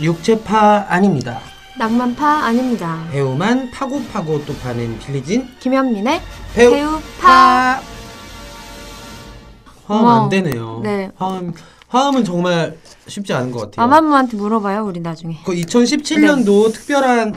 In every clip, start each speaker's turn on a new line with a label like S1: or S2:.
S1: 육체파 아닙니다.
S2: 낭만파 아닙니다.
S1: 배우만 파고파고 또 파는 빌리진
S2: 김현민의
S1: 배우,
S2: 배우파.
S1: 파. 화음
S2: 고마워.
S1: 안 되네요.
S2: 네.
S1: 화음 화음은 정말 쉽지 않은 것 같아요.
S2: 마마무한테 물어봐요, 우리 나중에.
S1: 그 2017년도 특별한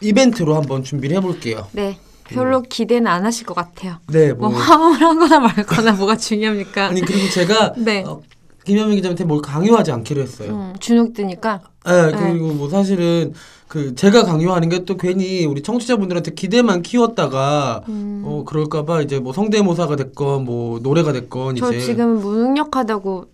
S1: 이벤트로 한번 준비를 해볼게요.
S2: 네. 별로
S1: 음.
S2: 기대는 안 하실 것 같아요.
S1: 네,
S2: 뭐
S1: 뭐
S2: 화음을 하거나 말거나 뭐가 중요합니까?
S1: 아니 그리고 제가
S2: 네.
S1: 어, 김현민 기자한테 뭘 강요하지 않기로 했어요.
S2: 음, 주눅 드니까.
S1: 예,
S2: 네.
S1: 그리고 뭐 사실은 그 제가 강요하는 게 또 괜히 우리 청취자분들한테 기대만 키웠다가
S2: 음.
S1: 어 그럴까봐 이제 뭐 성대모사가 됐건 뭐 노래가 됐건
S2: 저
S1: 이제
S2: 지금 무능력하다고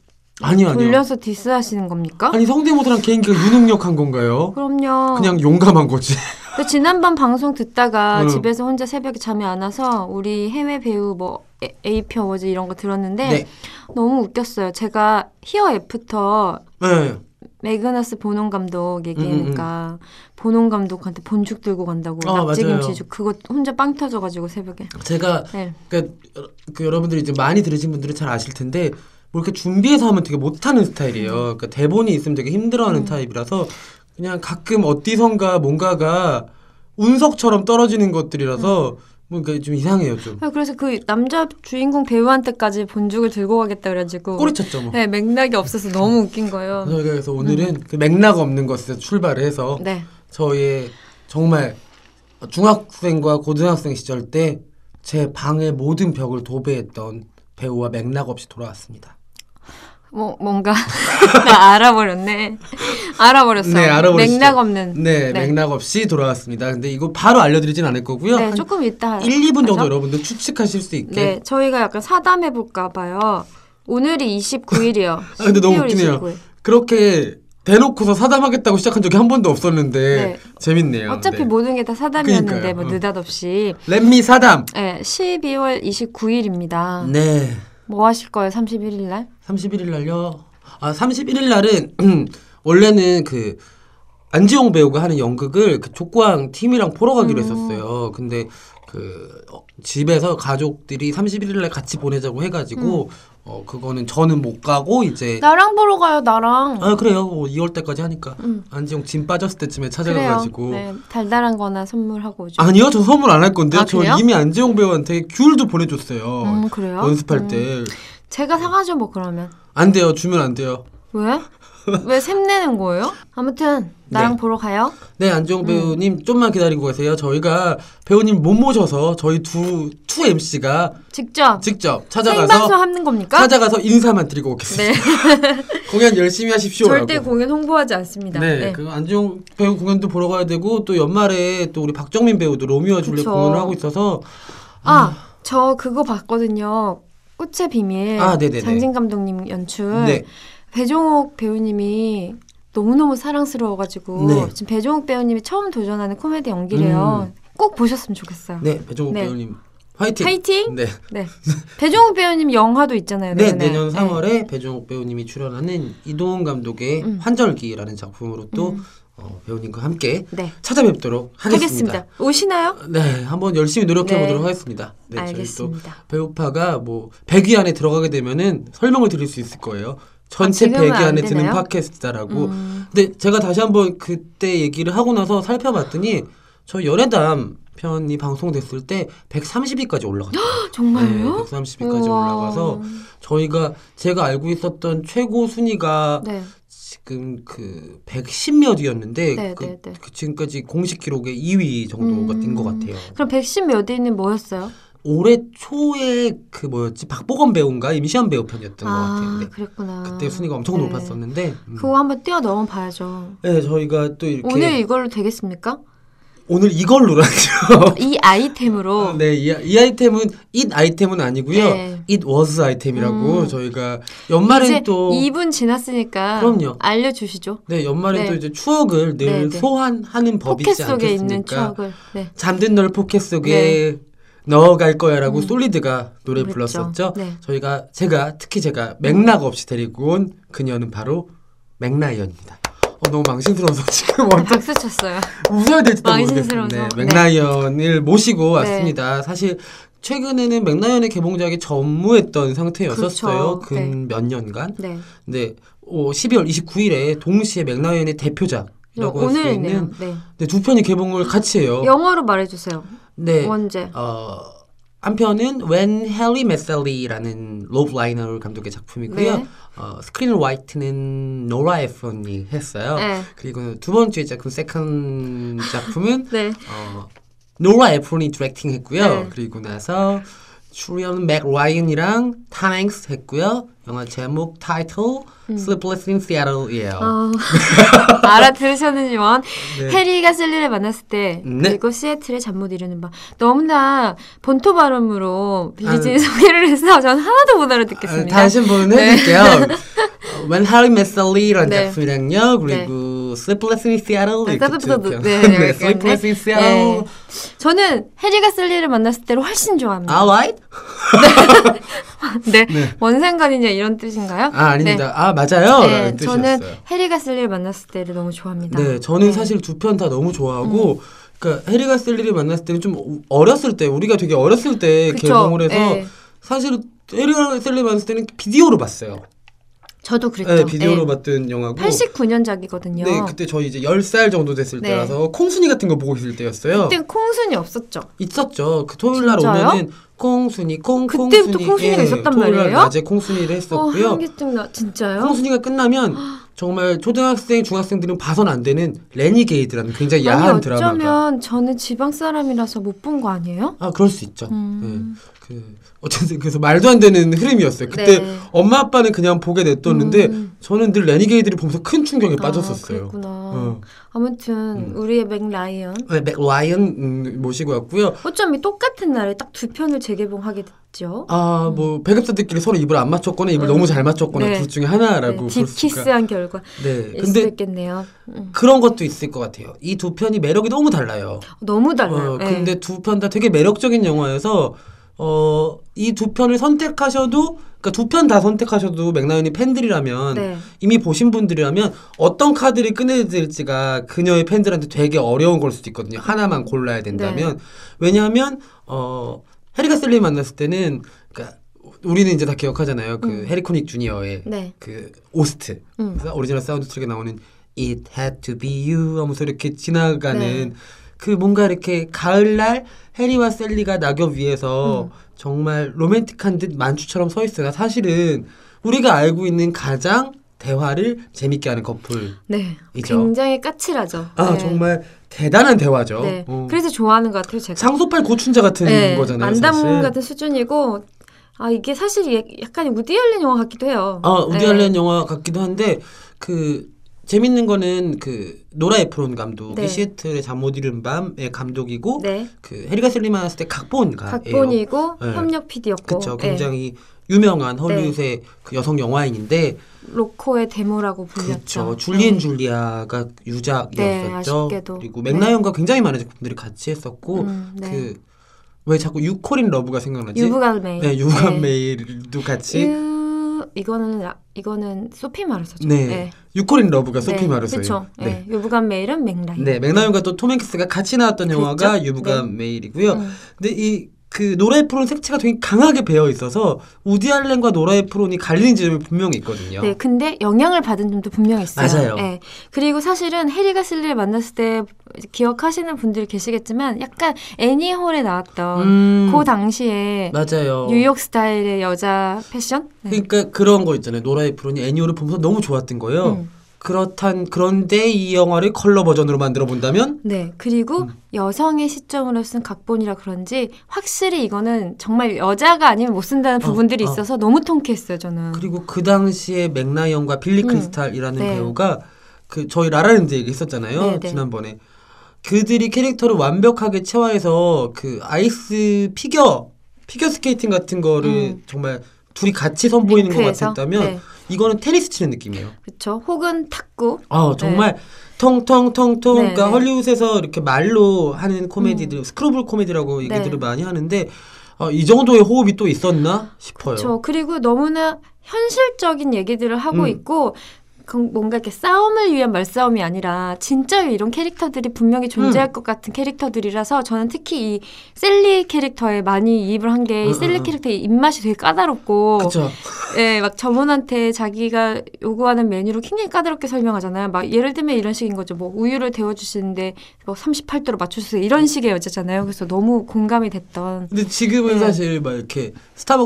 S1: 아니요 아니요
S2: 돌려서 디스하시는 겁니까?
S1: 아니 성대모사랑 개인기가 유능력한 건가요?
S2: 그럼요.
S1: 그냥 용감한 거지.
S2: 근데 지난번 방송 듣다가
S1: 음.
S2: 집에서 혼자 새벽에 잠이 안 와서 우리 해외 배우 뭐 에- 에이피 어워즈 이런 거 들었는데
S1: 네.
S2: 너무 웃겼어요. 제가 히어 애프터
S1: 네.
S2: 매그너스 보농 감독 얘기하니까 보농 감독한테 본죽 들고 간다고
S1: 음, 아, 맞아요.
S2: 낙지김치죽 그거 혼자 빵 터져가지고 새벽에
S1: 제가
S2: 네.
S1: 그러니까 여- 그 여러분들이 이제 많이 들으신 분들은 잘 아실 텐데 뭐 이렇게 준비해서 하면 되게 못하는 스타일이에요. 그러니까 대본이 있으면 되게
S2: 음.
S1: 힘들어하는 타입이라서 그냥 가끔 어디선가 뭔가가 운석처럼 떨어지는 것들이라서
S2: 음.
S1: 뭐 그러니까 좀 이상해요 좀
S2: 아, 그래서 그 남자 주인공 배우한테까지 본죽을 들고 가겠다 그래가지고
S1: 꼬리쳤죠 뭐.
S2: 네, 맥락이 없어서 너무 웃긴 거예요.
S1: 그래서 저희가 그래서 오늘은 그 맥락 없는 것에서 출발을 해서
S2: 네.
S1: 저희의 정말 중학생과 고등학생 시절 때 제 방의 모든 벽을 도배했던 배우와 맥락 없이 돌아왔습니다.
S2: 뭐 뭔가 나 알아버렸네. 알아버렸어.
S1: 네, 알아버리시죠.
S2: 맥락 없는.
S1: 네, 맥락 없이 돌아왔습니다. 근데 이거 바로 알려드리진 않을 거고요.
S2: 네,
S1: 한
S2: 조금 이따.
S1: 1, 2분 정도
S2: 하죠?
S1: 여러분들 추측하실 수 있게.
S2: 네, 저희가 약간 사담해 볼까 봐요. 오늘이 29일이요.
S1: 아, 근데 너무 웃기네요. 그렇게 대놓고서 사담하겠다고 시작한 적이 한 번도 없었는데
S2: 네.
S1: 재밌네요.
S2: 어차피 뭐
S1: 네.
S2: 모든 게 다 사담이었는데
S1: 그러니까요.
S2: 뭐
S1: 어.
S2: 느닷없이
S1: 렛미 사담.
S2: 네, 12월 29일입니다.
S1: 네.
S2: 뭐 하실 거예요? 31일 날?
S1: 31일 날요. 아, 31일 날은 원래는 그 안지용 배우가 하는 연극을 그 족구왕 팀이랑 보러
S2: 음.
S1: 가기로 했었어요. 근데 그 어, 집에서 가족들이 31일 날 같이 보내자고 해가지고
S2: 음.
S1: 어 그거는 저는 못 가고 이제
S2: 나랑 보러 가요. 나랑.
S1: 아 그래요. 뭐 2월 때까지 하니까
S2: 음.
S1: 안지용 짐 빠졌을 때쯤에
S2: 그래요.
S1: 찾아가가지고
S2: 네, 달달한 거나 선물하고 오죠.
S1: 아니요, 저 선물 안 할 건데요.
S2: 아,
S1: 저
S2: 그래요?
S1: 이미 안지용 배우한테 귤도 보내줬어요.
S2: 음, 그래요?
S1: 연습할
S2: 음.
S1: 때 안
S2: 제가 사가죠 뭐 그러면.
S1: 돼요. 주면 안 돼요.
S2: 왜? 왜 샘내는 거예요? 아무튼 나랑
S1: 네.
S2: 보러 가요.
S1: 네, 안지용 배우님 좀만 기다리고 계세요. 저희가 배우님 못 모셔서 저희 두, 투 MC가
S2: 직접
S1: 직접
S2: 생방송
S1: 찾아가서
S2: 하는 겁니까?
S1: 찾아가서 인사만 드리고
S2: 네.
S1: 오겠습니다. 공연 열심히 하십시오.
S2: 절대
S1: 라고.
S2: 공연 홍보하지 않습니다.
S1: 네, 그 안지용 배우 공연도 보러 가야 되고 또 연말에 또 우리 박정민 배우도 로미오와 줄리엣
S2: 그쵸.
S1: 공연을 하고 있어서
S2: 아, 저 그거 봤거든요. 꽃의 비밀.
S1: 아, 네네네.
S2: 장진 감독님 연출.
S1: 네.
S2: 배종옥 배우님이 너무너무 사랑스러워가지고
S1: 네. 음.
S2: 지금 배종옥 배우님이 처음 도전하는 코미디 연기래요. 꼭 보셨으면 좋겠어요.
S1: 네, 배종욱
S2: 네.
S1: 배우님 화이팅.
S2: 파이팅!
S1: 네.
S2: 네. 배종옥 배우님 영화도 있잖아요.
S1: 네,
S2: 내년에.
S1: 내년
S2: 네.
S1: 3월에 배종욱 배우님이 출연하는 이동훈 감독의
S2: 음.
S1: 환절기라는 작품으로 또 어, 배우님과 함께
S2: 네.
S1: 찾아뵙도록 하겠습니다.
S2: 하겠습니다. 오시나요?
S1: 네, 한번 열심히 노력해 보도록
S2: 네.
S1: 하겠습니다. 네, 저희
S2: 알겠습니다.
S1: 또 배우파가 뭐 100위 안에 들어가게 되면은 설명을 드릴 수 있을 거예요. 전체
S2: 아, 지금은
S1: 100위
S2: 안
S1: 안에 드는
S2: 되나요?
S1: 팟캐스트다라고.
S2: 음.
S1: 근데 제가 다시 한번 그때 얘기를 하고 나서 살펴봤더니 저 연애담 편이 방송됐을 때 130위까지 올라갔어요.
S2: 정말요?
S1: 130위까지
S2: 우와.
S1: 네, 올라가서 저희가 제가 알고 있었던 최고 순위가
S2: 네.
S1: 지금 그 110몇이었는데
S2: 네,
S1: 그,
S2: 네, 네.
S1: 그 지금까지 공식 기록의 2위 정도가
S2: 음.
S1: 된 것 같아요.
S2: 그럼 백신 몇 위는 뭐였어요?
S1: 올해 초에 그 뭐였지 박보검 배우인가 임시완 배우 편이었던 것 같아요. 네.
S2: 그랬구나.
S1: 그때 순위가 엄청
S2: 네.
S1: 높았었는데. 음.
S2: 그거 한번 뛰어넘어 봐야죠.
S1: 네, 저희가 또 이렇게
S2: 오늘
S1: 오늘,
S2: 이걸로 되겠습니까?
S1: 이걸로라죠.
S2: 이 아이템으로
S1: 네, 이, 이 아이템은 잇 아이템은 아니고요.
S2: 어. 네.
S1: 잇 워즈 아이템이라고
S2: 음.
S1: 저희가 연말에
S2: 이제
S1: 또
S2: 2분 지났으니까
S1: 그럼요.
S2: 알려주시죠.
S1: 네, 연말에
S2: 네.
S1: 또 이제 추억을 늘
S2: 네, 네.
S1: 소환하는 법이지
S2: 포켓 속에
S1: 않겠습니까?
S2: 있는 추억을. 네.
S1: 잠든 널 포켓 속에 넣어갈 거야라고 솔리드가 노래
S2: 음. 그랬죠.
S1: 불렀었죠.
S2: 네.
S1: 저희가 제가 특히 제가 맥락 없이 데리고 온 그녀는 바로 맥라이언입니다. 어, 너무 망신스러워서 지금 어떤
S2: 박수 쳤어요.
S1: 웃어야 될지도 모르겠어요.
S2: 망신스러워서.
S1: 네,
S2: 네.
S1: 맥라이언을 모시고
S2: 네.
S1: 왔습니다. 사실 최근에는 맥라이언의 개봉작이 전무했던 상태였었어요.
S2: 그렇죠. 네.
S1: 근 몇 년간.
S2: 네.
S1: 근데 어, 12월 29일에 동시에 맥라이언의 대표작이라고 할 수
S2: 오늘이네요.
S1: 있는
S2: 네.
S1: 네, 두 편이 개봉을 같이 해요.
S2: 영어로 말해주세요.
S1: 네.
S2: 언제?
S1: 어, 한편은 When Harry Met Sally라는 로브 라이너 감독의 작품이고요.
S2: 네.
S1: 어, 스크린 화이트는 노라 에프론이 했어요.
S2: 네.
S1: 그리고 두 번째 작품 세컨 작품은
S2: 네.
S1: 어, 노라 에프론이 디렉팅 했고요.
S2: 네.
S1: 그리고 나서 출연 맥 라이언이랑 탐 행스 했고요. 영화 제목 타이틀
S2: 음.
S1: Sleepless in Seattle이에요.
S2: 어, 알아들으셨는지만
S1: 네.
S2: 해리가 셀리를 만났을 때
S1: 네.
S2: 그리고 시애틀의 잠 못 이루는 밤 너무나 본토 발음으로 빌리진이
S1: 아.
S2: 소개를 해서 저는 하나도 못 알아듣겠습니다.
S1: 다시 한번
S2: 네.
S1: 해드릴게요. 어, When Harry Met Sally라는
S2: 네.
S1: 작품이랑요. 그리고 Sleepless in Seattle 이렇게
S2: 따뜻부터
S1: 두 편.
S2: 네,
S1: 네,
S2: 약간,
S1: Sleepless in
S2: 네.
S1: Seattle.
S2: 저는 해리가 셀리를 만났을 때를 훨씬 좋아합니다.
S1: Alright?
S2: 네. 원생관이냐 이런 뜻인가요?
S1: 아 아닙니다. 아 맞아요.
S2: 네.
S1: 라는
S2: 네, 저는
S1: 뜻이었어요.
S2: 해리가 셀리를 만났을 때를 너무 좋아합니다. 음.
S1: 네, 저는 사실 두 편 다 너무 좋아하고. 그러니까 해리가 셀리를 만났을 때는 좀 어렸을 때 우리가 되게 어렸을 때
S2: 그쵸.
S1: 개봉을 해서
S2: 네.
S1: 사실 해리가 셀리 만났을 때는 비디오로 봤어요.
S2: 저도
S1: 네,
S2: 그랬죠.
S1: 비디오로
S2: 네.
S1: 봤던 영화고
S2: 89년작이거든요.
S1: 네, 그때 저희 이제 10살 정도 됐을
S2: 네.
S1: 때라서 콩순이 같은 거 보고 있을 때였어요.
S2: 그때 콩순이 없었죠. 어,
S1: 있었죠. 그 토요일 날
S2: 진짜요?
S1: 오면은 콩순이 콩
S2: 그때부터
S1: 콩순이.
S2: 콩순이가
S1: 예,
S2: 있었단
S1: 토요일 날
S2: 말이에요?
S1: 낮에 콩순이를 했었고요.
S2: 어, 한계증 나 진짜요?
S1: 콩순이가 끝나면 정말 초등학생 중학생들은 봐선 안 되는 레니게이드라는 굉장히
S2: 아니
S1: 야한 드라마가.
S2: 어쩌면 저는 지방 사람이라서 못 본 거 아니에요?
S1: 아 그럴 수 있죠.
S2: 음.
S1: 예. 그 어쨌든 그래서 말도 안 되는 흐름이었어요. 그때
S2: 네.
S1: 엄마 아빠는 그냥 보게 냈뒀는데
S2: 음.
S1: 저는 늘 레니게이드를 보면서 큰 충격에
S2: 아,
S1: 네, 빠졌었어요.
S2: 그랬구나.
S1: 어. 음.
S2: 아무튼 우리의 맥라이언
S1: 네, 맥 라이언 음, 모시고 왔고요.
S2: 어쩜 이 똑같은 날에 딱 두 편을 재개봉하게 됐죠?
S1: 아, 뭐 배급자들끼리 서로 입을 안 맞췄거나 입을 너무 잘 맞췄거나
S2: 음. 네.
S1: 둘 중에 아, 하나라고
S2: 네,
S1: 볼 수가.
S2: 딥키스한 결과일
S1: 네.
S2: 수도
S1: 근데
S2: 있겠네요. 음.
S1: 그런 것도 있을 것 같아요. 이 두 편이 매력이 너무 달라요.
S2: 너무 달라요.
S1: 어,
S2: 네.
S1: 근데 두 편 다 되게 매력적인 영화여서 어, 이 두 편을 선택하셔도 그러니까 두 편 다 선택하셔도 맥라이언이 팬들이라면
S2: 네.
S1: 이미 보신 분들이라면 어떤 카드를 꺼내야 될지가 그녀의 팬들한테 되게 어려운 걸 수도 있거든요. 하나만 골라야
S2: 네.
S1: 된다면 왜냐하면 어 해리가 셀리 만났을 때는 그러니까 우리는 이제 다 기억하잖아요. 그 해리 코닉 주니어의
S2: 음. 네.
S1: 그 오스트
S2: 음.
S1: 그래서 오리지널 사운드 트랙에 나오는 It had to be you 하면서 이렇게 지나가는
S2: 네.
S1: 그 뭔가 이렇게 가을날 해리와 셀리가 낙엽 위에서
S2: 음.
S1: 정말 로맨틱한 듯 만추처럼 서 있으나 사실은 우리가 알고 있는 가장 대화를 재밌게 하는 커플.
S2: 네.
S1: 이죠.
S2: 굉장히 까칠하죠.
S1: 아
S2: 네.
S1: 정말 대단한 대화죠.
S2: 네.
S1: 어.
S2: 그래서 좋아하는 것 같아요, 제가.
S1: 상소팔 고춘자 같은
S2: 네,
S1: 거잖아요.
S2: 만담
S1: 사실.
S2: 같은 수준이고 아 이게 사실 예- 약간 우디 알렌 영화 같기도 해요.
S1: 아, 우디
S2: 네.
S1: 알렌 영화 같기도 한데 그 재밌는 거는 그 노라 에프론 감독이
S2: 네.
S1: 시애틀의 잠 못 이룬 밤의 감독이고
S2: 네.
S1: 그 해리가 셀리만 했을 때 아, 각본가예요.
S2: 각본이고
S1: 네.
S2: 협력 PD였고
S1: 그쵸 굉장히
S2: 네.
S1: 유명한 헐리우드의 그 여성 영화인인데
S2: 로코의 데모라고 불렸죠.
S1: 그쵸 줄리엔
S2: 네.
S1: 줄리아가
S2: 네,
S1: 유작이었었죠.
S2: 아쉽게도.
S1: 그리고 맥라이언과 굉장히 많은 작품들이 같이 했었고
S2: 음, 네.
S1: 그 왜 자꾸 유코린 러브가 생각나지?
S2: 유부간 메일.
S1: 네, 유부간
S2: 네.
S1: 메일도 같이
S2: 유... 이거는 라- 이거는 소피 마르서죠.
S1: 네. 유코린 러브가 소피
S2: 네,
S1: 마르소예요.
S2: 그쵸.
S1: 네.
S2: 네. 유부간 메일은 맥라이.
S1: 네, 맥나윤과 또 톰행크스가 같이 나왔던
S2: 그랬죠?
S1: 영화가 유부간 메일이고요.
S2: 네. 음.
S1: 근데 이 그 노라 에프론 색채가 되게 강하게 배어 있어서 우디 알렌과 노라 에프론이 갈리는 지점이 분명히 있거든요.
S2: 네, 근데 영향을 받은 점도 분명히 있어요.
S1: 맞아요.
S2: 네. 그리고 사실은 해리가 실리를 만났을 때 기억하시는 분들이 계시겠지만 약간 애니홀에 나왔던
S1: 음,
S2: 그 당시에
S1: 맞아요.
S2: 뉴욕 스타일의 여자 패션? 네.
S1: 그러니까 그런 거 있잖아요. 노라 에프론이 애니오를 보면서 너무 좋았던 거예요.
S2: 음.
S1: 그렇단 그런데 이 영화를 컬러 버전으로 만들어 본다면
S2: 네, 그리고
S1: 음.
S2: 여성의 시점으로 쓴 각본이라 그런지 확실히 이거는 정말 여자가 아니면 못 쓴다는
S1: 어,
S2: 부분들이
S1: 어.
S2: 있어서 너무 통쾌했어요, 저는.
S1: 그리고 그 당시에 맥라이언과 빌리
S2: 음.
S1: 크리스탈이라는
S2: 네.
S1: 배우가 그 저희 라라랜드 얘기했었잖아요
S2: 네, 네.
S1: 지난번에 그들이 캐릭터를 완벽하게 체화해서 그 아이스 피겨 피겨 스케이팅 같은 거를
S2: 음.
S1: 정말 둘이 같이 선보이는 것
S2: 링크에서?
S1: 같았다면
S2: 네.
S1: 이거는 테니스 치는 느낌이에요.
S2: 그렇죠. 혹은 탁구.
S1: 아 정말 통통통통
S2: 네,
S1: 그러니까
S2: 네. 음.
S1: 헐리우드에서 이렇게 말로 하는 코미디들 스크로블 코미디라고 얘기들을
S2: 네.
S1: 많이 하는데 어, 이 정도의 호흡이 또 있었나 싶어요.
S2: 그렇죠. 그리고 너무나 현실적인 얘기들을 하고
S1: 음.
S2: 있고 그 뭔가 이렇게 싸움을 위한 말싸움이 아니라 진짜 이런 캐릭터들이
S1: 음.
S2: 분명히 존재할 것 같은 캐릭터들이라서 저는 특히 이 셀리 캐릭터에 많이 이입을 한 게 이
S1: 음,
S2: 셀리
S1: 음.
S2: 캐릭터의 입맛이 되게 까다롭고
S1: 그쵸.
S2: 예, 막 점원한테 자기가 요구하는 메뉴를 굉장히 까다롭게 설명하잖아요. 막 예를 들면 이런 식인 거죠. 뭐 우유를 데워 주시는데 뭐 38도로 맞춰 주세요. 이런 식의 여자잖아요. 그래서 너무 공감이 됐던
S1: 근데 지금은
S2: 네.
S1: 사실 막 이렇게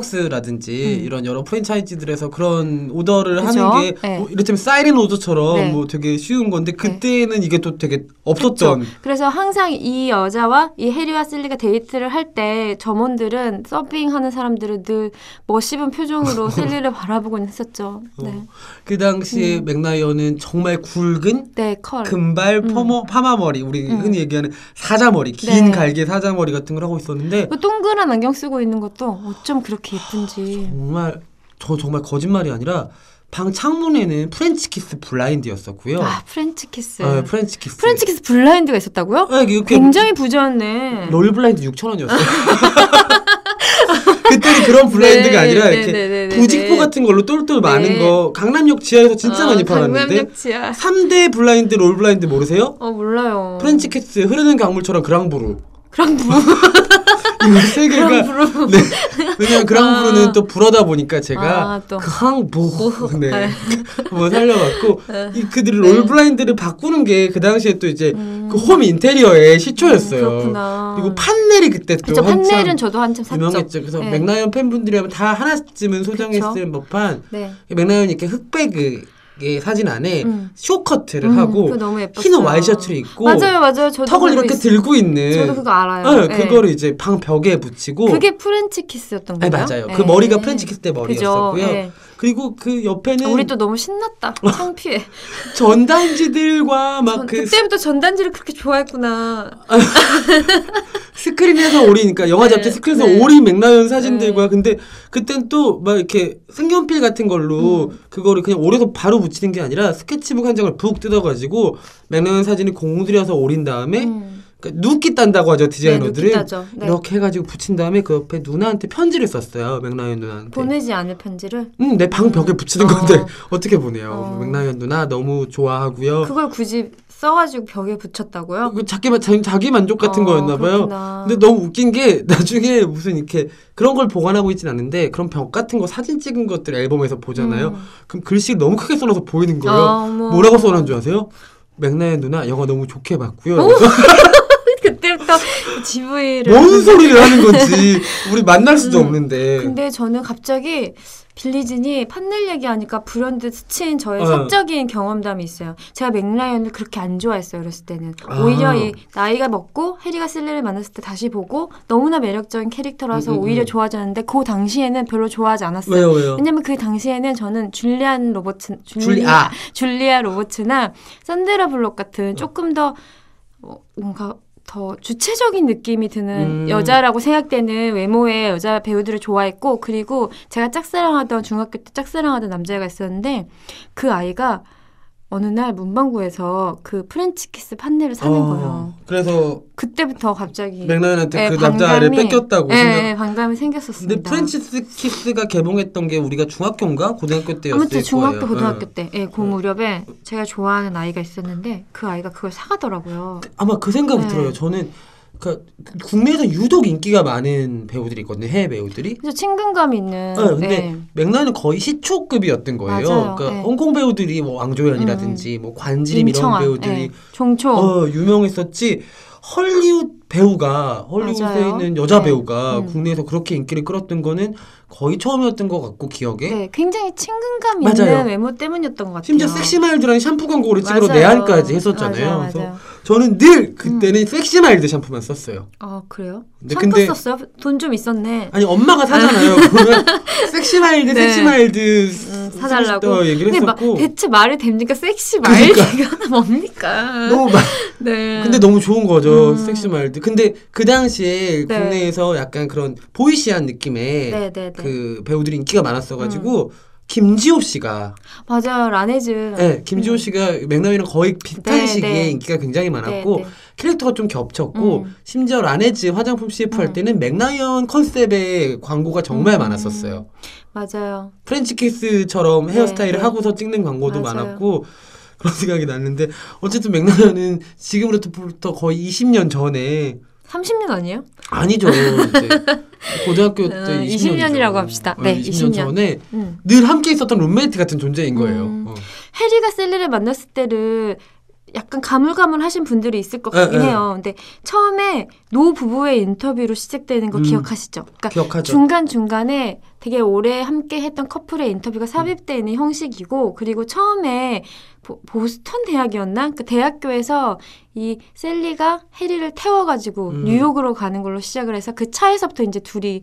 S1: 스타벅스라든지
S2: 음.
S1: 이런 여러 프랜차이즈들에서 그런 오더를
S2: 그죠?
S1: 하는 게
S2: 네.
S1: 뭐 이를테면 사이렌 오더처럼
S2: 네.
S1: 뭐 되게 쉬운 건데 그때는 이게 또 되게 없었던
S2: 그래서 항상 이 여자와 이 해리와 실리가 데이트를 할 때 점원들은 서빙하는 사람들은 늘 멋있은 표정으로 실리를 바라보곤 했었죠. 네.
S1: 어. 그 당시에
S2: 음.
S1: 맥나이어는 정말 굵은
S2: 네, 컬.
S1: 금발
S2: 음.
S1: 포모, 파마머리 우리
S2: 음.
S1: 흔히 얘기하는 사자머리 긴
S2: 네.
S1: 갈게 사자머리 같은 걸 하고 있었는데
S2: 그 동그란 안경 쓰고 있는 것도 어쩜 그렇게 예쁜지.
S1: 정말 저 정말 거짓말이 아니라 방 창문에는 프렌치 키스 블라인드였었고요.
S2: 아, 프렌치 키스.
S1: 어. 아, 프렌치 키스.
S2: 프렌치 키스 블라인드가 있었다고요?
S1: 아, 이렇게
S2: 굉장히 부자였네.
S1: 롤 블라인드 6천 원이었어요. 그때는 그런 블라인드가
S2: 네,
S1: 아니라
S2: 네,
S1: 이렇게
S2: 네, 네, 네,
S1: 부직포
S2: 네. 아,
S1: 같은 걸로 똘똘 많은
S2: 네.
S1: 거 강남역 지하에서 진짜 많이 팔았는데
S2: 강남역치야.
S1: 3대 블라인드 롤 블라인드 모르세요?
S2: 어 몰라요.
S1: 프렌치 키스 흐르는 강물처럼 그랑브루
S2: 그랑부.
S1: 이거 세 개가
S2: 그랑부.
S1: 네. 왜냐면 그랑브루는
S2: 아.
S1: 또 불어다 보니까 제가
S2: 아, 또.
S1: 그랑브루 네.
S2: 네.
S1: 한번 살려봤고
S2: 네.
S1: 이 그들이 롤 블라인드를 바꾸는 게 그 당시에 또 이제
S2: 음.
S1: 그 홈 인테리어의 시초였어요.
S2: 그렇구나.
S1: 그리고 판넬이 그때 또
S2: 그쵸
S1: 한참
S2: 판넬은 저도 한참 샀죠.
S1: 유명했죠. 그래서
S2: 네.
S1: 맥나이언 팬분들이 하면 다 하나쯤은 소장했을 법한
S2: 네.
S1: 맥나이언 이렇게 흑백의 사진 안에
S2: 음.
S1: 쇼커트를
S2: 음,
S1: 하고
S2: 그거 너무 예뻤어요.
S1: 흰 와이셔츠를 입고
S2: 맞아요, 맞아요. 저도
S1: 턱을
S2: 그거
S1: 이렇게
S2: 있-
S1: 들고 있는
S2: 저도 그거 알아요.
S1: 네,
S2: 네.
S1: 그거를 이제 방 벽에 붙이고
S2: 그게 프렌치 키스였던
S1: 네,
S2: 거예요.
S1: 맞아요.
S2: 네.
S1: 그 머리가 프렌치 키스 때 머리였었고요.
S2: 그죠? 네. 아,
S1: 그리고 그 옆에는
S2: 우리 또 너무 신났다. 창피해.
S1: 전단지들과
S2: 전-
S1: 아, 막그
S2: 그때부터 전단지를 그렇게 좋아했구나.
S1: 스크린에서 오리니까 영화
S2: 네,
S1: 잡지 스크린에서
S2: 네.
S1: 오리 맥라이언 사진들과 근데 그땐 또 막 이렇게 색연필 같은 걸로
S2: 음.
S1: 그거를 그냥 오려서 바로 붙이는 게 아니라 스케치북 한 장을 푹 뜯어가지고 맥라이언 사진을 공들여서 오린 다음에
S2: 음.
S1: 그러니까 누끼 딴다고 하죠 디자이너들은
S2: 네, 느끼다죠. 네.
S1: 이렇게 해가지고 붙인 다음에 그 옆에 누나한테 편지를 썼어요 맥라이언 누나한테
S2: 보내지 않을 편지를
S1: 음, 내 방 벽에
S2: 음.
S1: 붙이는
S2: 어.
S1: 건데 어떻게 보내요
S2: 어.
S1: 맥라이언 누나 너무 좋아하고요
S2: 그걸 굳이 써가지고 벽에 붙였다고요?
S1: 그 자기, 만- 자기, 자기 만족 같은
S2: 어,
S1: 거였나봐요
S2: 그렇구나.
S1: 근데 너무 웃긴 게 나중에 무슨 이렇게 그런 걸 보관하고 있진 않은데 그런 벽 같은 거 사진 찍은 것들 앨범에서 보잖아요.
S2: 음.
S1: 그럼 글씨를 너무 크게 써놔서 보이는 거예요.
S2: 아, 어머.
S1: 뭐라고 써놨는 줄 아세요? 맥나의 누나 영화 너무 좋게 봤고요.
S2: 어?
S1: 그래서
S2: 그때부터 GV를
S1: 뭔 소리를 하는 건지 우리 만날 수도
S2: 음.
S1: 없는데.
S2: 근데 저는 갑자기 빌리진이 판넬 얘기하니까 불현듯 스친 저의
S1: 어.
S2: 사적인 경험담이 있어요. 제가 맥라이언을 그렇게 안 좋아했어요. 어렸을 때는
S1: 아.
S2: 오히려 이 나이가 먹고 해리가 실리를 만났을 때 다시 보고 너무나 매력적인 캐릭터라서
S1: 음, 음,
S2: 오히려
S1: 음.
S2: 좋아졌는데 그 당시에는 별로 좋아하지 않았어요.
S1: 왜요 왜요?
S2: 왜냐면 그 당시에는 저는 줄리안 로버츠
S1: 줄리 아
S2: 줄리아 로버츠나 산데라 블록 같은 조금 더 어, 뭔가 더 주체적인 느낌이 드는
S1: 음.
S2: 여자라고 생각되는 외모의 여자 배우들을 좋아했고 그리고 제가 짝사랑하던 중학교 때 짝사랑하던 남자애가 있었는데 그 아이가 어느 날 문방구에서 그 프렌치 키스 판넬을 사는
S1: 어,
S2: 거예요.
S1: 그래서
S2: 그때부터 갑자기
S1: 맥나연한테
S2: 예,
S1: 그
S2: 반감이-
S1: 남자를 뺏겼다고
S2: 예,
S1: 생각.
S2: 예, 반감이
S1: 근데
S2: 생겼었습니다.
S1: 프렌치스 키스가 개봉했던 게 우리가 중학교인가 고등학교 때였을
S2: 아무튼 중학교
S1: 거예요. 네.
S2: 고등학교
S1: 응.
S2: 때, 예, 고 무렵에 제가 좋아하는 아이가 있었는데 그 아이가 그걸 사가더라고요.
S1: 아마 그 생각이
S2: 네.
S1: 들어요. 저는 그러니까 국내에서 유독 인기가 많은 배우들이 있거든요. 해외 배우들이.
S2: 그래서 친근감
S1: 네,
S2: 있는.
S1: 근데
S2: 예.
S1: 맥라이는 거의 시초급이었던 거예요.
S2: 맞아요.
S1: 그러니까
S2: 네. 음.
S1: 홍콩 배우들이 뭐 왕조연이라든지 뭐 관지림 이런
S2: 임청아,
S1: 배우들이
S2: 예, 종초.
S1: 어, 유명했었지. 헐리우드 배우가 헐리우드에
S2: 맞아요.
S1: 있는 여자
S2: 네.
S1: 배우가
S2: 음.
S1: 국내에서 그렇게 인기를 끌었던 거는 거의 처음이었던 것 같고 기억에.
S2: 네, 굉장히 친근감
S1: 예? 맞아요.
S2: 있는 외모 때문이었던 것 같아요.
S1: 심지어 섹시마일드라는 샴푸 광고를 찍으러
S2: 맞아요.
S1: 내한까지 했었잖아요.
S2: 맞아요,
S1: 그래서
S2: 맞아요. 음.
S1: 저는 늘 그때는 섹시마일드 샴푸만 썼어요.
S2: 아 그래요?
S1: 근데
S2: 샴푸
S1: 근데-
S2: 썼어요? 돈 좀 있었네.
S1: 아니 엄마가 사잖아요. 그러면 섹시마일드,
S2: 네.
S1: 섹시마일드
S2: 음, 사달라고.
S1: 어, 얘기를
S2: 근데 막
S1: 했었고 그러니까.
S2: 대체 말이 됩니까? 섹시 말이 가 뭡니까?
S1: 너무 막-
S2: 네.
S1: 근데 너무 좋은 거죠
S2: 음.
S1: 섹시마일드. 근데 그 당시에
S2: 네.
S1: 국내에서 약간 그런 보이시한 느낌의
S2: 네, 네, 네.
S1: 그 배우들이 인기가 많았어가지고 김지호 씨가
S2: 맞아요, 라네즈.
S1: 네, 김지호
S2: 음.
S1: 씨가 맥나이랑 거의 비슷한
S2: 네,
S1: 시기에
S2: 네.
S1: 인기가 굉장히 많았고
S2: 네, 네.
S1: 캐릭터가 좀 겹쳤고
S2: 음.
S1: 심지어 라네즈 화장품 CF 할
S2: 음.
S1: 때는 맥나이언 컨셉의 광고가 정말
S2: 음.
S1: 많았었어요.
S2: 맞아요.
S1: 프렌치 키스처럼
S2: 네,
S1: 헤어스타일을
S2: 네.
S1: 하고서 찍는 광고도
S2: 맞아요.
S1: 많았고 그런 생각이 났는데 어쨌든 맥나연은 지금으로부터 거의 20년 전에
S2: 30년 아니에요?
S1: 아니죠 이제 고등학교 때
S2: 어,
S1: 20년
S2: 20년 이라고 합시다. 네,
S1: 20년
S2: 20년.
S1: 전에
S2: 음.
S1: 늘 함께 있었던 룸메이트 같은 존재인 거예요.
S2: 음.
S1: 어.
S2: 해리가 셀리를 만났을 때를 약간 가물가물하신 분들이 있을 것
S1: 에,
S2: 같긴
S1: 에.
S2: 해요. 근데 처음에 노 부부의 인터뷰로 시작되는 거
S1: 음.
S2: 기억하시죠? 그러니까
S1: 기억하죠.
S2: 중간 중간에 되게 오래 함께 했던 커플의
S1: 음.
S2: 인터뷰가 삽입되어 있는 형식이고 그리고 처음에 보, 보스턴 대학이었나 그 대학교에서 이 셀리가 해리를 태워가지고
S1: 음.
S2: 뉴욕으로 가는 걸로 시작을 해서 그 차에서부터 이제 둘이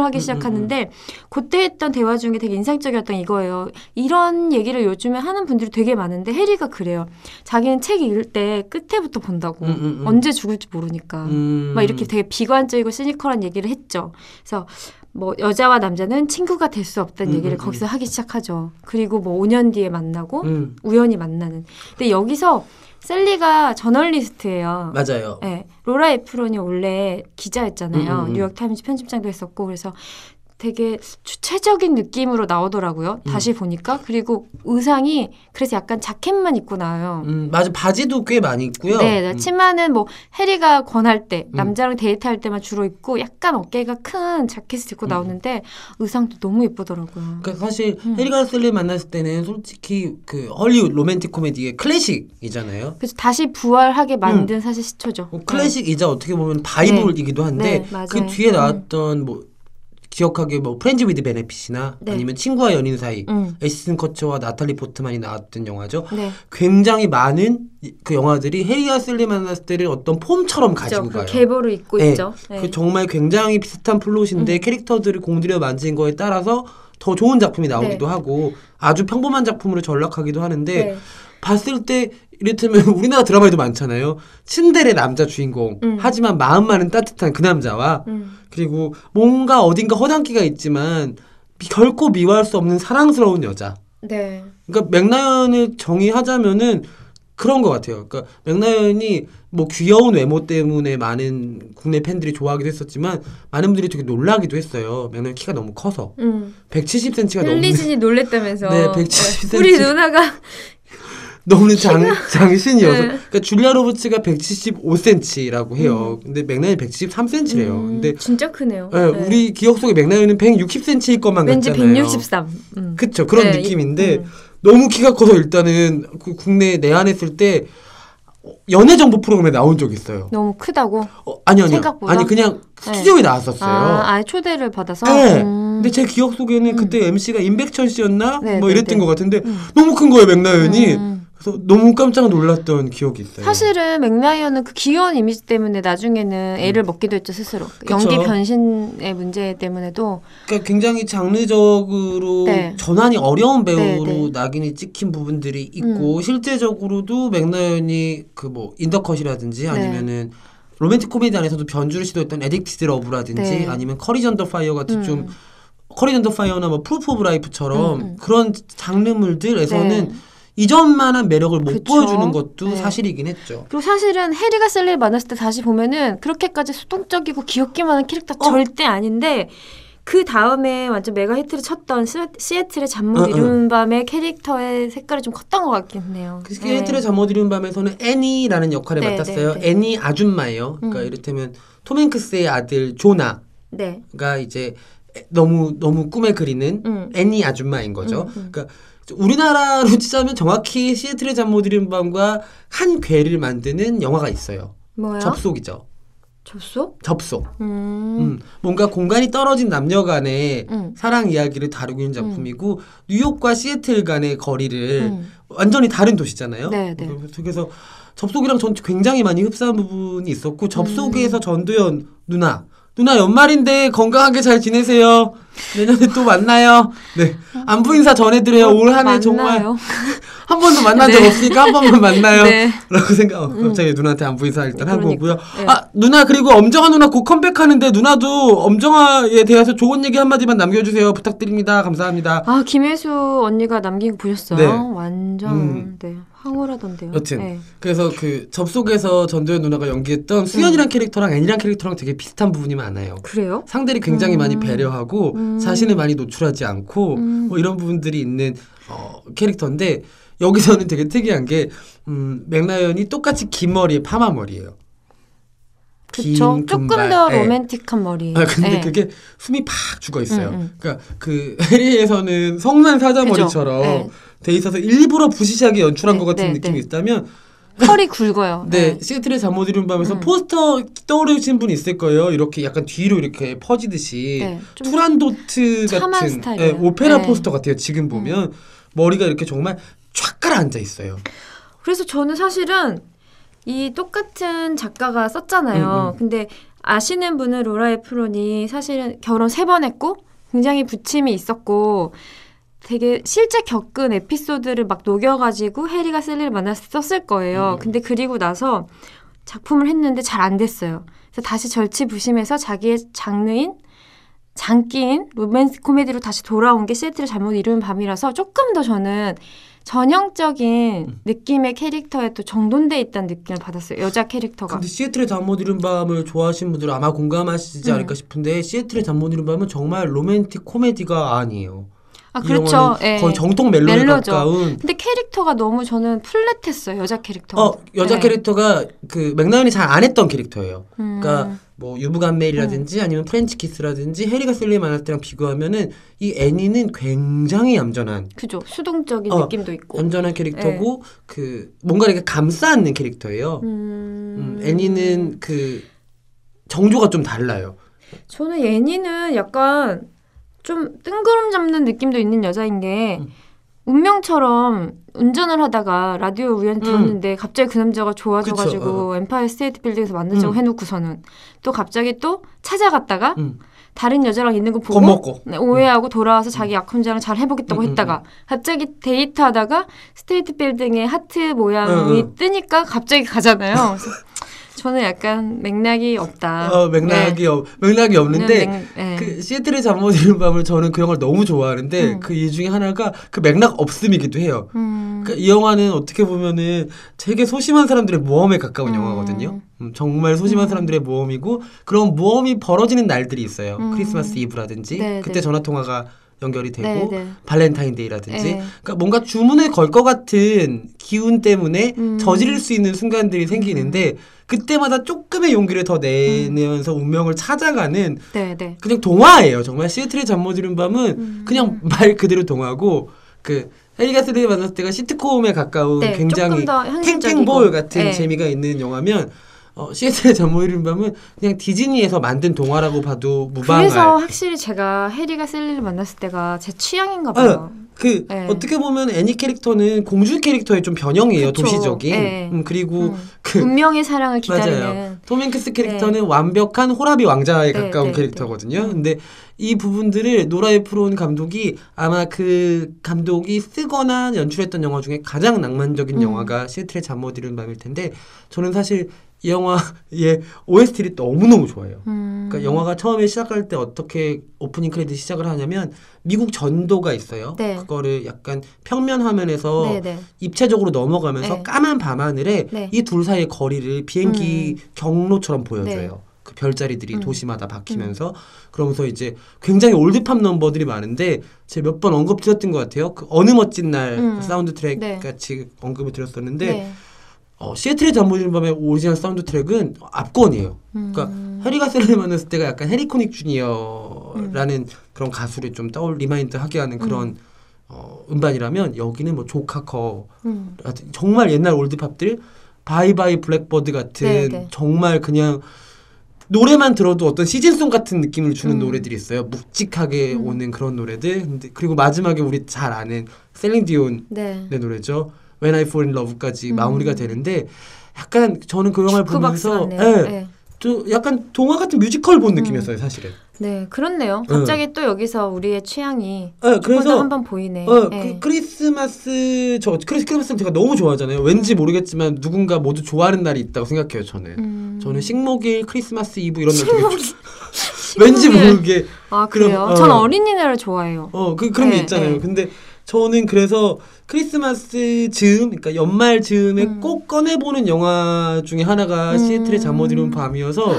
S1: 음, 음,
S2: 하기 시작하는데 그때 했던 대화 중에 되게 인상적이었던 이거예요. 이런 얘기를 요즘에 하는 분들이 되게 많은데 해리가 그래요. 자기는 책 읽을 때 끝에부터 본다고
S1: 음, 음, 음.
S2: 언제 죽을지 모르니까.
S1: 음.
S2: 막 이렇게 되게 비관적이고 시니컬한 얘기를 했죠. 그래서 뭐 여자와 남자는 친구가 될 수 없다는
S1: 음,
S2: 얘기를
S1: 음,
S2: 거기서 하기 시작하죠. 그리고 뭐 5년 뒤에 만나고
S1: 음,
S2: 우연히 만나는. 근데 여기서 셀리가 저널리스트예요.
S1: 맞아요.
S2: 네, 로라 에프론이 원래 기자였잖아요.
S1: 음, 음, 음.
S2: 뉴욕 타임즈 편집장도 했었고 그래서 되게 주체적인 느낌으로 나오더라고요.
S1: 음.
S2: 다시 보니까 그리고 의상이 그래서 약간 자켓만 입고 나와요.
S1: 음, 맞아 바지도 꽤 많이 있고요.
S2: 네, 네,
S1: 음.
S2: 치마는 뭐 해리가 권할 때
S1: 음.
S2: 남자랑 데이트할 때만 주로 입고 약간 어깨가 큰 자켓을
S1: 음.
S2: 입고 나오는데 의상도 너무 예쁘더라고요.
S1: 그러니까 사실
S2: 음.
S1: 해리가 셀리 만났을 때는 솔직히 그 헐리우드 로맨틱 코미디의 클래식이잖아요.
S2: 그래서 다시 부활하게 만든 사실 시초죠.
S1: 뭐 클래식이자 어떻게 보면 바이블이기도 한데
S2: 네, 맞아요.
S1: 그 뒤에 나왔던 뭐 기억하기에 뭐 프렌즈 위드 베네핏이나
S2: 네.
S1: 아니면 친구와 연인 사이
S2: 네. 음.
S1: 에시슨 커처와 나탈리 포트만이 나왔던 영화죠.
S2: 네.
S1: 굉장히 많은 이- 그 영화들이 해리와 셀리 만났을 때를 어떤 폼처럼
S2: 그죠.
S1: 가진
S2: 그
S1: 거예요.
S2: 개보를 입고
S1: 네.
S2: 있죠. 네. 음.
S1: 그 정말 굉장히 비슷한 플롯인데 캐릭터들을 공들여 만진 거에 따라서 더 좋은 작품이 나오기도 하고 아주 평범한 작품으로 전락하기도 하는데
S2: 네.
S1: 봤을 때 이를테면 우리나라 드라마에도 많잖아요. 친데레 남자 주인공
S2: 음.
S1: 하지만 마음만은 따뜻한 그 남자와
S2: 음.
S1: 그리고 뭔가 어딘가 허당기가 있지만 미- 결코 미워할 수 없는 사랑스러운 여자.
S2: 네.
S1: 그러니까 맥나연을 정의하자면은 그런 것 같아요. 그러니까 맥나연이 뭐 귀여운 외모 때문에 많은 국내 팬들이 좋아하기도 했었지만 많은 분들이 되게 놀라기도 했어요. 맥나연 키가 너무 커서
S2: 음.
S1: 170cm가 넘는
S2: 헨리진이 놀랬다면서.
S1: 그러니까 네, 170
S2: 네. 우리 누나가
S1: 너무 장, 장신이어서
S2: 네.
S1: 그러니까 줄리아 로버츠가 175cm라고 해요. 근데 맥나연이 173cm래요.
S2: 음,
S1: 그렇죠. 근데
S2: 진짜 크네요.
S1: 예,
S2: 네.
S1: 우리 기억 속에 맥나연은 160cm일 것만
S2: 왠지
S1: 같잖아요.
S2: 163. 음.
S1: 그쵸 그런
S2: 네,
S1: 느낌인데
S2: 이- 음.
S1: 너무 키가 커서 일단은 그 국내에 내한했을 때 연애 정보 프로그램에 나온 적 있어요.
S2: 너무 크다고.
S1: 어, 아니 아니 요
S2: 생각보다?
S1: 아니 그냥
S2: 네.
S1: 스튜디오에 나왔었어요.
S2: 아, 아예 초대를 받아서.
S1: 네.
S2: 음.
S1: 근데 제 기억 속에는 그때 MC가 임백천 씨였나
S2: 네,
S1: 뭐
S2: 네,
S1: 이랬던
S2: 네.
S1: 것 같은데
S2: 음.
S1: 너무 큰 거예요 맥나연이.
S2: 음.
S1: 그래서 너무 깜짝 놀랐던 기억이 있어요.
S2: 사실은 맥라이언은 그 귀여운 이미지 때문에 나중에는 애를 먹기도 했죠 스스로
S1: 음. 그쵸.
S2: 연기 변신의 문제 때문에도
S1: 그러니까 굉장히 장르적으로
S2: 네.
S1: 전환이 어려운 배우로
S2: 네, 음. 네.
S1: 낙인이 찍힌 부분들이 있고 실제적으로도 맥나연이 그 뭐
S2: 네.
S1: 인더컷이라든지 아니면은 로맨틱 코미디 안에서도 변주를 시도했던 에딕티드 러브라든지
S2: 네.
S1: 아니면 커리전더 파이어 같은
S2: 음.
S1: 좀 커리전더 파이어나 뭐 프루프 오브 라이프처럼
S2: 음, 음.
S1: 그런 장르물들에서는
S2: 네.
S1: 이전만한 매력을 못
S2: 그쵸.
S1: 보여주는 것도
S2: 네.
S1: 사실이긴 했죠.
S2: 그리고 사실은 해리가 셀리를 만났을 때 다시 보면은 그렇게까지 수동적이고 귀엽기만 한 캐릭터
S1: 어.
S2: 절대 아닌데 그 다음에 완전 메가 히트를 쳤던 시- 시애틀의 잠 못
S1: 응,
S2: 이루는 밤의 캐릭터의 색깔이 좀 컸던 것 같긴 해요.
S1: 그
S2: 네.
S1: 스케이트를 잠못 이룬 밤에서는 애니라는 역할을
S2: 네,
S1: 맡았어요.
S2: 네, 네.
S1: 애니 아줌마예요. 그러니까
S2: 음.
S1: 이를테면 톰 행크스의 아들 조나가
S2: 네.
S1: 이제 애- 너무 너무 꿈에 그리는
S2: 음.
S1: 애니 아줌마인 거죠.
S2: 음, 음.
S1: 그러니까 우리나라로 치자면 정확히 시애틀의 잠못 이룬 밤과 한 괴를 만드는 영화가 있어요.
S2: 뭐야?
S1: 접속이죠.
S2: 접속?
S1: 접속.
S2: 음.
S1: 음. 뭔가 공간이 떨어진 남녀 간의
S2: 음.
S1: 사랑 이야기를 다루고 있는 작품이고 뉴욕과 시애틀 간의 거리를
S2: 음.
S1: 완전히 다른 도시잖아요.
S2: 네, 네.
S1: 그래서 접속이랑 전 굉장히 많이 흡사한 부분이 있었고
S2: 음.
S1: 접속에서 전도연 누나 누나 연말인데 건강하게 잘 지내세요. 내년에 또 만나요. 네. 안부 인사 전해드려요. 네, 올 한
S2: 음,
S1: 해 정말
S2: 어, 만나요.
S1: 한 번도 만난 적
S2: 네.
S1: 없으니까 한 번만 만나요.
S2: 네.
S1: 라고 생각. 어, 갑자기 누나한테 안부 인사 일단 하고
S2: 그러니까,
S1: 오고요.
S2: 예.
S1: 아 누나 그리고 엄정아 누나 곧 컴백하는데 누나도 엄정아에 대해서 좋은 얘기 한 마디만 남겨주세요. 부탁드립니다. 감사합니다.
S2: 아 김혜수 언니가 남긴 거 보셨어요?
S1: 네.
S2: 완전
S1: 음.
S2: 네 황홀하던데요.
S1: 여튼
S2: 네.
S1: 그래서 그 접속에서 전도연 누나가 연기했던
S2: 음.
S1: 수연이란 캐릭터랑 애니란 캐릭터랑 되게 비슷한 부분이 많아요.
S2: 그래요?
S1: 상대를 굉장히 많이 배려하고
S2: 음.
S1: 자신을 많이 노출하지 않고
S2: 음.
S1: 뭐 이런 부분들이 있는 어, 캐릭터인데 여기서는 되게 특이한 게 음, 맥라이언이 똑같이 긴 머리에 파마 머리예요. 긴
S2: 그쵸. 조금
S1: 금발.
S2: 더
S1: 예.
S2: 로맨틱한 머리.
S1: 아 근데
S2: 네.
S1: 그게 숨이 팍 죽어 있어요.
S2: 음, 음.
S1: 그러니까 그 해리에서는 성난 사자머리처럼
S2: 그죠? 네.
S1: 돼 있어서 일부러 부시시하게 연출한
S2: 네,
S1: 것 같은
S2: 네,
S1: 느낌이
S2: 네.
S1: 있다면
S2: 털이 굵어요.
S1: 네, 시애틀의 잠못 이룬 밤에서
S2: 음.
S1: 포스터 떠오르신 분 있을 거예요. 이렇게 약간 뒤로 이렇게 퍼지듯이
S2: 네, 좀
S1: 투란도트
S2: 참한
S1: 같은
S2: 스타일이에요.
S1: 예, 오페라
S2: 네. 음.
S1: 포스터 같아요. 지금 보면 머리가 이렇게 정말 촥 가라앉아 있어요.
S2: 그래서 저는 사실은 이 똑같은 작가가
S1: 음,
S2: 썼잖아요.
S1: 음.
S2: 근데 아시는 분은 로라 에프론이 사실은 결혼 세 번 했고 굉장히 부침이 있었고 되게 실제 겪은 에피소드를 막 녹여가지고 해리가 셀리를 만나서 썼을 거예요.
S1: 음.
S2: 근데 그리고 나서 작품을 했는데 잘 안 됐어요. 그래서 다시 절치부심해서 자기의 장르인 장기인 로맨스 코미디로 다시 돌아온 게 시애틀을 잘못 이룬 밤이라서 조금 더 저는 전형적인
S1: 음.
S2: 느낌의 캐릭터에 또 정돈돼 있다는 느낌을 받았어요. 여자 캐릭터가.
S1: 근데 시애틀의 잠못 이룬 밤을 좋아하신 분들은 아마 공감하시지
S2: 음.
S1: 않을까 싶은데 시애틀의 잠못 이룬 밤은 정말 로맨틱 코미디가 아니에요.
S2: 아
S1: 이
S2: 그렇죠.
S1: 영화는
S2: 예.
S1: 거의 정통 멜로에
S2: 멜로죠.
S1: 가까운
S2: 근데 캐릭터가 너무 저는 플랫했어요. 여자 캐릭터.
S1: 어 여자
S2: 네.
S1: 캐릭터가 그 맥라연이 잘 안 했던 캐릭터예요.
S2: 음.
S1: 그러니까 뭐 유부간메일이라든지 아니면 프렌치 키스라든지 해리가 셀리 만날 때랑 비교하면은 이 애니는 굉장히 얌전한
S2: 그죠. 수동적인
S1: 어,
S2: 느낌도 있고.
S1: 얌전한 캐릭터고 그 뭔가 이렇게 감싸안는 캐릭터예요.
S2: 음.
S1: 음, 애니는 그 정조가 좀 달라요.
S2: 저는 예니는 약간 좀 뜬구름 잡는 느낌도 있는 여자인 게
S1: 음.
S2: 운명처럼 운전을 하다가 라디오 우연히 들었는데 갑자기 그 남자가 좋아져가지고
S1: 음. 그쵸,
S2: 엠파이어 스테이트 빌딩에서 만나자고
S1: 음.
S2: 해놓고서는 또 갑자기 또 찾아갔다가
S1: 음.
S2: 다른 여자랑 있는 거 보고
S1: 겁먹고.
S2: 네, 오해하고 돌아와서 자기 약혼자랑 잘 해보겠다고
S1: 음, 음,
S2: 했다가 갑자기 데이트하다가 스테이트 빌딩에 하트 모양이
S1: 음, 음.
S2: 뜨니까 갑자기 가잖아요. 그래서 저는 약간 맥락이 없다.
S1: 어, 맥락이 없, 맥락이 없는데
S2: 맥- 아. 네.
S1: 그 시애틀의 잠 못 이룬 밤을 저는 그 영화를 너무 좋아하는데
S2: 음.
S1: 그 이유 중에 하나가 그 맥락 없음이기도 해요.
S2: 음.
S1: 그러니까 이 영화는 어떻게 보면은 되게 소심한 사람들의 모험에 가까운
S2: 음.
S1: 영화거든요. 음, 정말 소심한
S2: 음.
S1: 사람들의 모험이고 그런 모험이 벌어지는 날들이 있어요.
S2: 음.
S1: 크리스마스 이브라든지
S2: 네,
S1: 그때
S2: 네.
S1: 전화 통화가 연결이 되고
S2: 네, 네.
S1: 발렌타인데이라든지
S2: 네.
S1: 그러니까 뭔가 주문을 걸 것 같은 기운 때문에
S2: 음.
S1: 저지를 수 있는 순간들이 생기는데 그때마다 조금의 용기를 더 내면서 운명을 찾아가는
S2: 네, 네.
S1: 그냥 동화예요. 정말 시애틀의 잠 못 이룬 밤은
S2: 음.
S1: 그냥 말 그대로 동화고 그 해리가 스리 만났을 때가 시트콤에 가까운
S2: 네,
S1: 굉장히
S2: 조금 더 현실적이고.
S1: 탱탱볼 같은
S2: 네.
S1: 재미가 있는 영화면 어, 시애틀의 잠 못 이룬 밤은 그냥 디즈니에서 만든 동화라고 봐도
S2: 그래서
S1: 무방할
S2: 확실히 제가 해리가 셀리를 만났을 때가 제 취향인가 봐요.
S1: 그
S2: 네.
S1: 어떻게 보면 애니 캐릭터는 공주 캐릭터의 좀 변형이에요
S2: 그쵸.
S1: 도시적인
S2: 네.
S1: 음, 그리고
S2: 음.
S1: 그
S2: 운명의 사랑을 기다리는
S1: 맞아요. 톰 행크스 캐릭터는 완벽한 호라비 왕자에 가까운
S2: 네, 네.
S1: 캐릭터거든요.
S2: 음.
S1: 근데 이 부분들을 노라 에프론 감독이 아마 그 감독이 쓰거나 연출했던 영화 중에 가장 낭만적인
S2: 음.
S1: 영화가 시애틀의 잠 못 이룬 밤일 텐데 저는 사실 이 영화의 OST를 너무너무 좋아해요.
S2: 음.
S1: 그러니까 영화가 처음에 시작할 때 어떻게 오프닝 크레딧 시작을 하냐면 미국 전도가 있어요.
S2: 네.
S1: 그거를 약간 평면 화면에서
S2: 네, 네.
S1: 입체적으로 넘어가면서
S2: 네.
S1: 까만 밤하늘에
S2: 네.
S1: 이 둘 사이의 거리를 비행기 경로처럼 보여줘요. 그 별자리들이
S2: 음.
S1: 도시마다 박히면서 그러면서 이제 굉장히 올드팝 넘버들이 많은데 제가 몇 번 언급드렸던 것 같아요. 그 어느 멋진 날그
S2: 음.
S1: 사운드 트랙
S2: 네.
S1: 같이 언급을 드렸었는데
S2: 네.
S1: 어, 시애틀의 잠못 이는 밤의 오리지널 사운드 트랙은 압권이에요.
S2: 음.
S1: 그러니까 해리가 셀을 만났을 때가 약간 해리 코닉 주니어라는
S2: 음.
S1: 그런 가수를 좀 떠올 리마인드하게 하는 그런 어, 음반이라면 여기는 뭐 조카커
S2: 음.
S1: 정말 옛날 올드팝들 바이바이 블랙버드 같은
S2: 네, 네.
S1: 정말 그냥 노래만 들어도 어떤 시즌송 같은 느낌을 주는
S2: 음.
S1: 노래들이 있어요. 묵직하게
S2: 음.
S1: 오는 그런 노래들. 근데 그리고 마지막에 우리 잘 아는 셀링 디온의
S2: 네.
S1: 노래죠. When I Fall in Love까지
S2: 음.
S1: 마무리가 되는데 약간 저는 그 영화를
S2: 주크박스
S1: 보면서
S2: 같네요. 음.
S1: 예,
S2: 네.
S1: 또 약간 동화 같은 뮤지컬 본 느낌이었어요, 사실은.
S2: 네, 그렇네요. 갑자기 또 여기서 우리의 취향이
S1: 예,
S2: 조금 더
S1: 그래서
S2: 한번 보이네.
S1: 어,
S2: 네.
S1: 그, 크리스마스 저 크리스 크리스마스 제가 너무 좋아하잖아요. 왠지 모르겠지만 누군가 모두 좋아하는 날이 있다고 생각해요. 저는
S2: 음.
S1: 그 저는 식목일, 크리스마스 이브 이런 날 되게
S2: 식목일.
S1: 좋- 왠지 모르게
S2: 아,
S1: 그럼,
S2: 그래요?
S1: 어.
S2: 전 어린이날을 좋아해요.
S1: 어그 그런
S2: 네,
S1: 게 있잖아요.
S2: 네.
S1: 근데 저는 그래서 크리스마스 즈음, 그러니까 연말 즈음에
S2: 음.
S1: 꼭 꺼내보는 영화 중에 하나가
S2: 음.
S1: 시애틀의 잠 못 이룬 밤이어서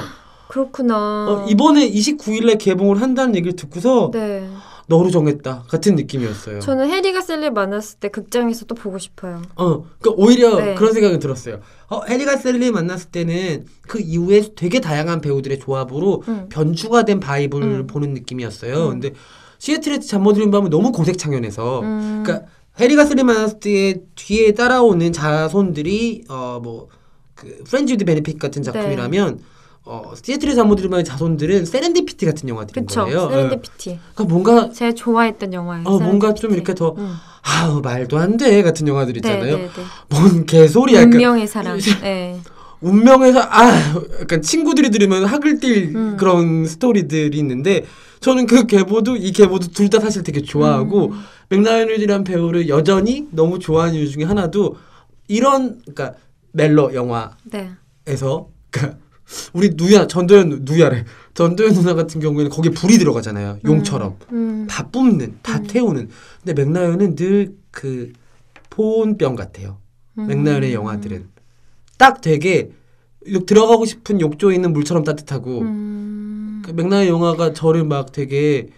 S2: 그렇구나.
S1: 어, 이번에 29일에 개봉을 한다는 얘기를 듣고서
S2: 네.
S1: 너로 정했다 같은 느낌이었어요.
S2: 저는 해리가 셀리 만났을 때 극장에서 또 보고 싶어요.
S1: 어, 그러니까 오히려
S2: 네.
S1: 그런 생각이 들었어요. 어, 해리가 셀리 만났을 때는 그 이후에 되게 다양한 배우들의 조합으로
S2: 음.
S1: 변주가 된 바이블을
S2: 음.
S1: 보는 느낌이었어요.
S2: 음.
S1: 근데 시애틀의 잠못 이룬 밤은 너무 고색 창연해서
S2: 음,
S1: 그러니까 해리가 셀리 만났을 때 뒤에 따라오는 자손들이 어, 어뭐그 프렌즈 위드 베네핏 같은 작품이라면 어 시애틀의 잠못 이룬 밤의 자손들은 세렌디피티 같은 영화들인
S2: 그쵸.
S1: 거예요. 예.
S2: 세렌디피티.
S1: 그러니까 뭔가
S2: 제가 좋아했던 영화예요.
S1: 어 뭔가 좀
S2: 세렌디피티.
S1: 이렇게 더
S2: 음.
S1: 아우 말도 안 돼 같은 영화들 있잖아요.
S2: 네, 네, 네.
S1: 뭔 개소리야. 그러니까 약간
S2: 운명의 사랑. 네.
S1: 운명에서 아 약간 친구들이 들으면 학을 띨
S2: 음.
S1: 그런 스토리들이 있는데 저는 그 개보도 이 개보도 둘 다 사실 되게 좋아하고
S2: 음.
S1: 맥라이언이란 배우를 여전히 너무 좋아하는 이유 중에 하나도 이런 그러니까 멜로 영화에서
S2: 네.
S1: 그러니까 우리 누야 전도연 누- 누야래 전도연 누나 같은 경우에는 거기에 불이 들어가잖아요 용처럼
S2: 음.
S1: 다 뿜는 다
S2: 음.
S1: 태우는 근데 맥라이언은 늘 그 포온병 같아요
S2: 음.
S1: 맥나연의 영화들은 딱 되게 욕- 들어가고 싶은 욕조에 있는 물처럼 따뜻하고
S2: 음.
S1: 그 맥나연 영화가 저를 막 되게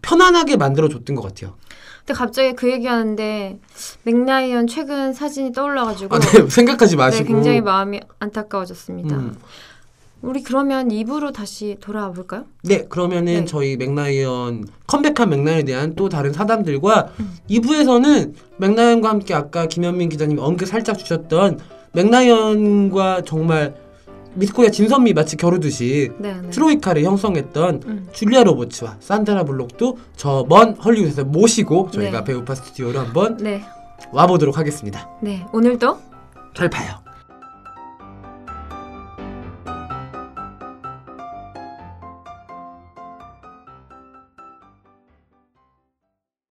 S1: 편안하게 만들어줬던 것 같아요.
S2: 근데 갑자기 그 얘기하는데 맥라이언 최근 사진이 떠올라가지고
S1: 아, 네, 생각하지 마시고.
S2: 네, 굉장히 마음이 안타까워졌습니다.
S1: 음.
S2: 우리 그러면 2부로 다시 돌아와 볼까요?
S1: 네, 그러면은
S2: 네.
S1: 저희 맥나이언 컴백한 맥나이언에 대한 또 다른 사담들과
S2: 음.
S1: 2부에서는 맥나이언과 함께 아까 김현민 기자님 언급 살짝 주셨던 맥나이언과 정말 미스코리아 진선미 마치 겨루듯이
S2: 네, 네.
S1: 트로이카를 형성했던
S2: 음.
S1: 줄리아 로버츠와 산드라 블록도 저 먼 헐리우드에서 모시고 저희가
S2: 네.
S1: 배우파 스튜디오로 한번
S2: 네,
S1: 와보도록 하겠습니다.
S2: 네. 오늘도
S1: 잘 봐요.